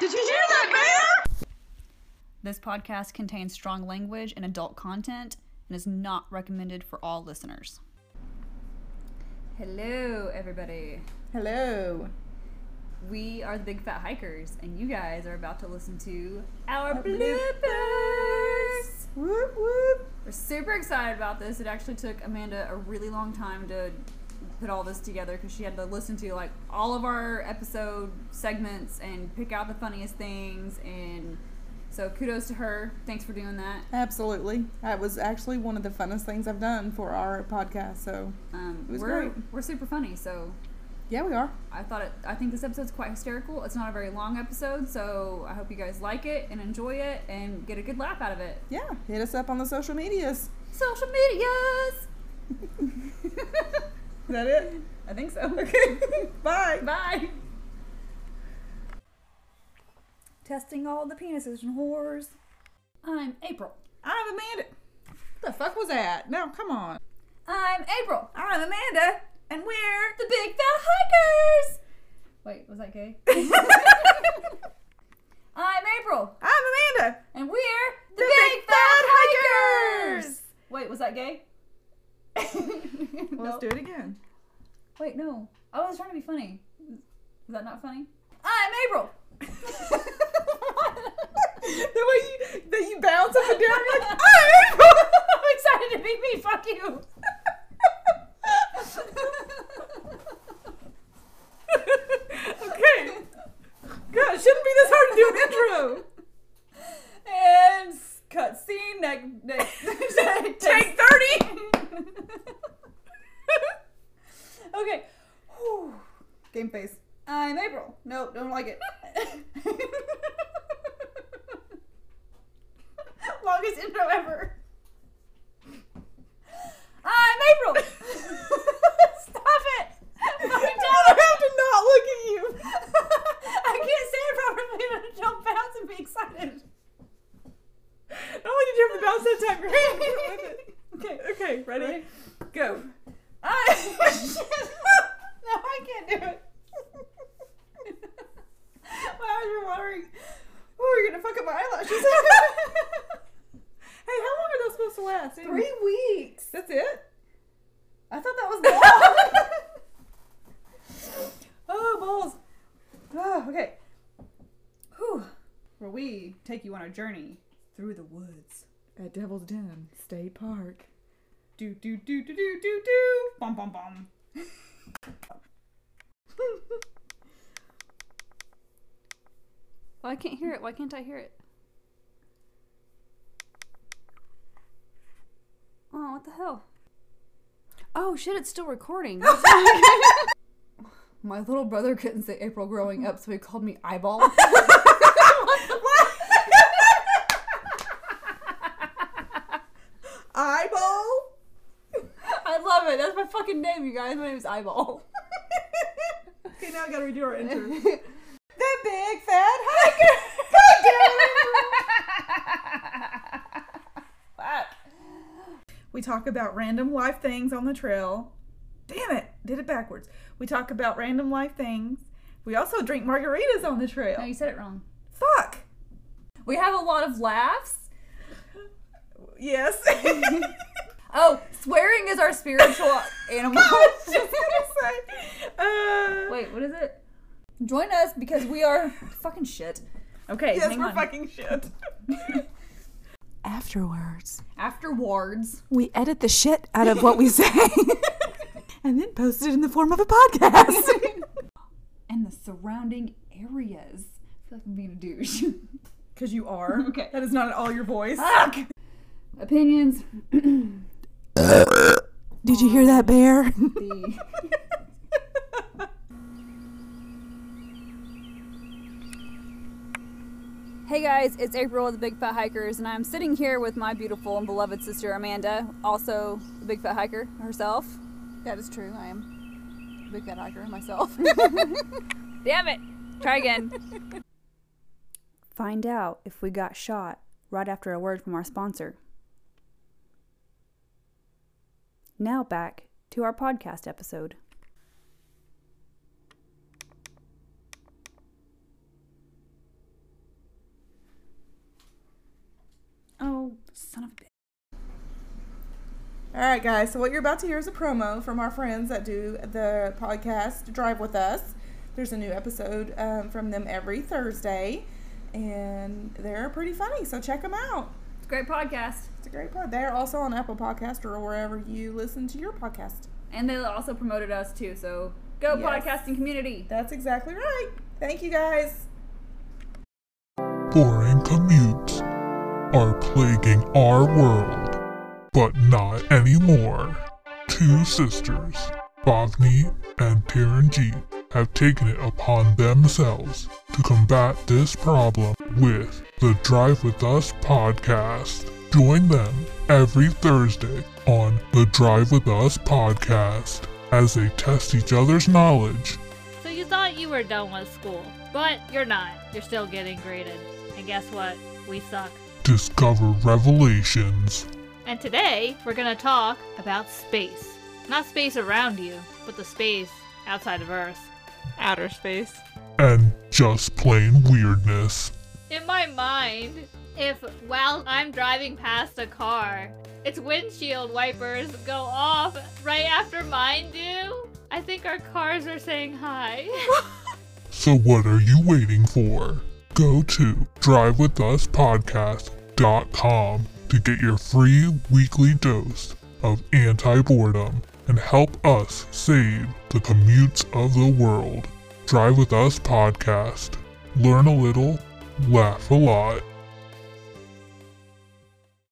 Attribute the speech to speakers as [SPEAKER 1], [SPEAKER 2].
[SPEAKER 1] Did you hear that, bear?
[SPEAKER 2] This podcast contains strong language and adult content and is not recommended for all listeners. Hello, everybody.
[SPEAKER 3] Hello.
[SPEAKER 2] We are the Big Fat Hikers, and you guys are about to listen to our bloopers.
[SPEAKER 3] Whoop whoop.
[SPEAKER 2] We're super excited about this. It actually took Amanda a really long time to put all this together because she had to listen to like all of our episode segments and pick out the funniest things. And so kudos to her. Thanks for doing that.
[SPEAKER 3] Absolutely. That was actually one of the funnest things I've done for our podcast. So,
[SPEAKER 2] Um,
[SPEAKER 3] It was
[SPEAKER 2] we're
[SPEAKER 3] great.
[SPEAKER 2] we're super funny, so
[SPEAKER 3] yeah, we are.
[SPEAKER 2] I thought it. I think this episode's quite hysterical. It's not a very long episode, so I hope you guys like it and enjoy it and get a good laugh out of it.
[SPEAKER 3] Yeah, hit us up on the social medias.
[SPEAKER 2] Social medias.
[SPEAKER 3] Is that it?
[SPEAKER 2] I think so. Okay.
[SPEAKER 3] Bye.
[SPEAKER 2] Bye. Testing all the penises and whores. I'm April.
[SPEAKER 3] I'm Amanda. What the fuck was that? No, come on.
[SPEAKER 2] I'm April.
[SPEAKER 3] I'm Amanda, and we're
[SPEAKER 2] The big fat hikers. Wait, was that gay? I'm April,
[SPEAKER 3] I'm Amanda.
[SPEAKER 2] and we're the,
[SPEAKER 3] Big
[SPEAKER 2] big fat hikers.
[SPEAKER 3] Hikers.
[SPEAKER 2] Wait, was that gay?
[SPEAKER 3] Well,
[SPEAKER 2] no.
[SPEAKER 3] Let's do it again.
[SPEAKER 2] Wait, no. I was trying to be funny. Is that not funny? I'm April.
[SPEAKER 3] the way you that you bounce up and down, you're like,
[SPEAKER 2] I'm excited to be me. Fuck you.
[SPEAKER 3] okay. God, it shouldn't be this hard to do an intro.
[SPEAKER 2] And cut scene. Neck, neck,
[SPEAKER 3] Take thirty.
[SPEAKER 2] okay. Whew.
[SPEAKER 3] Game face.
[SPEAKER 2] I'm April. No, don't like it. Longest intro ever. I'm April. Stop it. Fucking
[SPEAKER 3] I
[SPEAKER 2] don't.
[SPEAKER 3] have to not look at you.
[SPEAKER 2] I can't say it properly, but I don't bounce and be excited.
[SPEAKER 3] Not only did you have to bounce that time, your hand went with it.
[SPEAKER 2] Okay.
[SPEAKER 3] Okay, ready?
[SPEAKER 2] Ready?
[SPEAKER 3] Go.
[SPEAKER 2] I. Shit. No, I can't do it. my eyes are watering. Oh, you're gonna fuck up my eyelashes.
[SPEAKER 3] Hey, how long are those supposed to last? anyway?
[SPEAKER 2] Three weeks.
[SPEAKER 3] That's it?
[SPEAKER 2] I thought that was long. oh balls. Oh, okay. Whew. Where we take you on a journey through the woods.
[SPEAKER 3] At Devil's Den State Park.
[SPEAKER 2] Do do do do do do do. Bum bum bum. well, I can't hear it. Why can't I hear it? Oh, what the hell? Oh shit! It's still recording. My little brother couldn't say April growing up, so he called me eyeball.
[SPEAKER 3] Eyeball?
[SPEAKER 2] I love it. That's my fucking name, you guys. My name is Eyeball.
[SPEAKER 3] Okay, now I gotta redo our intro. the
[SPEAKER 2] That's
[SPEAKER 3] big fat hiker! God We talk about random life things on the trail. Damn it, did it backwards. We talk about random life things. We also drink margaritas on the trail.
[SPEAKER 2] No, you said it wrong.
[SPEAKER 3] Fuck!
[SPEAKER 2] We have a lot of laughs.
[SPEAKER 3] Yes.
[SPEAKER 2] Oh, swearing is our spiritual animal.
[SPEAKER 3] uh,
[SPEAKER 2] Wait, what is it? Join us because we are fucking shit. Okay,
[SPEAKER 3] yes,
[SPEAKER 2] hang
[SPEAKER 3] we're
[SPEAKER 2] on.
[SPEAKER 3] fucking shit.
[SPEAKER 4] afterwards.
[SPEAKER 2] Afterwards.
[SPEAKER 4] We edit the shit out of what we say and then post it in the form of a podcast.
[SPEAKER 2] and the surrounding areas. I feel like I'm being a douche.
[SPEAKER 3] Because you are.
[SPEAKER 2] Okay.
[SPEAKER 3] That is not at all your voice.
[SPEAKER 2] Fuck! Opinions.
[SPEAKER 4] Did you hear that bear?
[SPEAKER 2] The- hey guys, it's April of the Big Fat Hikers, and I'm sitting here with my beautiful and beloved sister Amanda, also the Big Fat Hiker herself. That is true, I am a Big Fat Hiker myself. Damn it! Try again. Find out if we got shot right after a word from our sponsor. Now back to our podcast episode. Oh, Son of a bitch.
[SPEAKER 3] All right, guys. So what you're about to hear is a promo from our friends that do the podcast Drive with Us. There's a new episode um, from them every Thursday, and they're pretty funny. So check them out.
[SPEAKER 2] It's a great podcast.
[SPEAKER 3] It's a great pod. They're also on Apple Podcast or wherever you listen to your podcast.
[SPEAKER 2] And they also promoted us too, so go
[SPEAKER 3] Yes.
[SPEAKER 2] podcasting community.
[SPEAKER 3] That's exactly right. Thank you, guys.
[SPEAKER 1] Boring commutes are plaguing our world, but not anymore. Two sisters, Bogni and Piranjit, have taken it upon themselves to combat this problem with the Drive With Us podcast. Join them every Thursday on the Drive With Us podcast as they test each other's knowledge
[SPEAKER 5] So you thought you were done with school, but you're not. You're still getting graded. And guess what? We suck.
[SPEAKER 1] discover revelations,
[SPEAKER 5] And today, we're gonna talk about space. Not space around you, but the space outside of Earth.
[SPEAKER 6] Outer space.
[SPEAKER 1] and just plain weirdness.
[SPEAKER 5] In my mind, if while I'm driving past a car, its windshield wipers go off right after mine do, I think our cars are saying hi.
[SPEAKER 1] So what are you waiting for? Go to drivewithuspodcast.com to get your free weekly dose of anti-boredom and help us save the commutes of the world. Drive with Us Podcast. Learn a little, laugh a lot.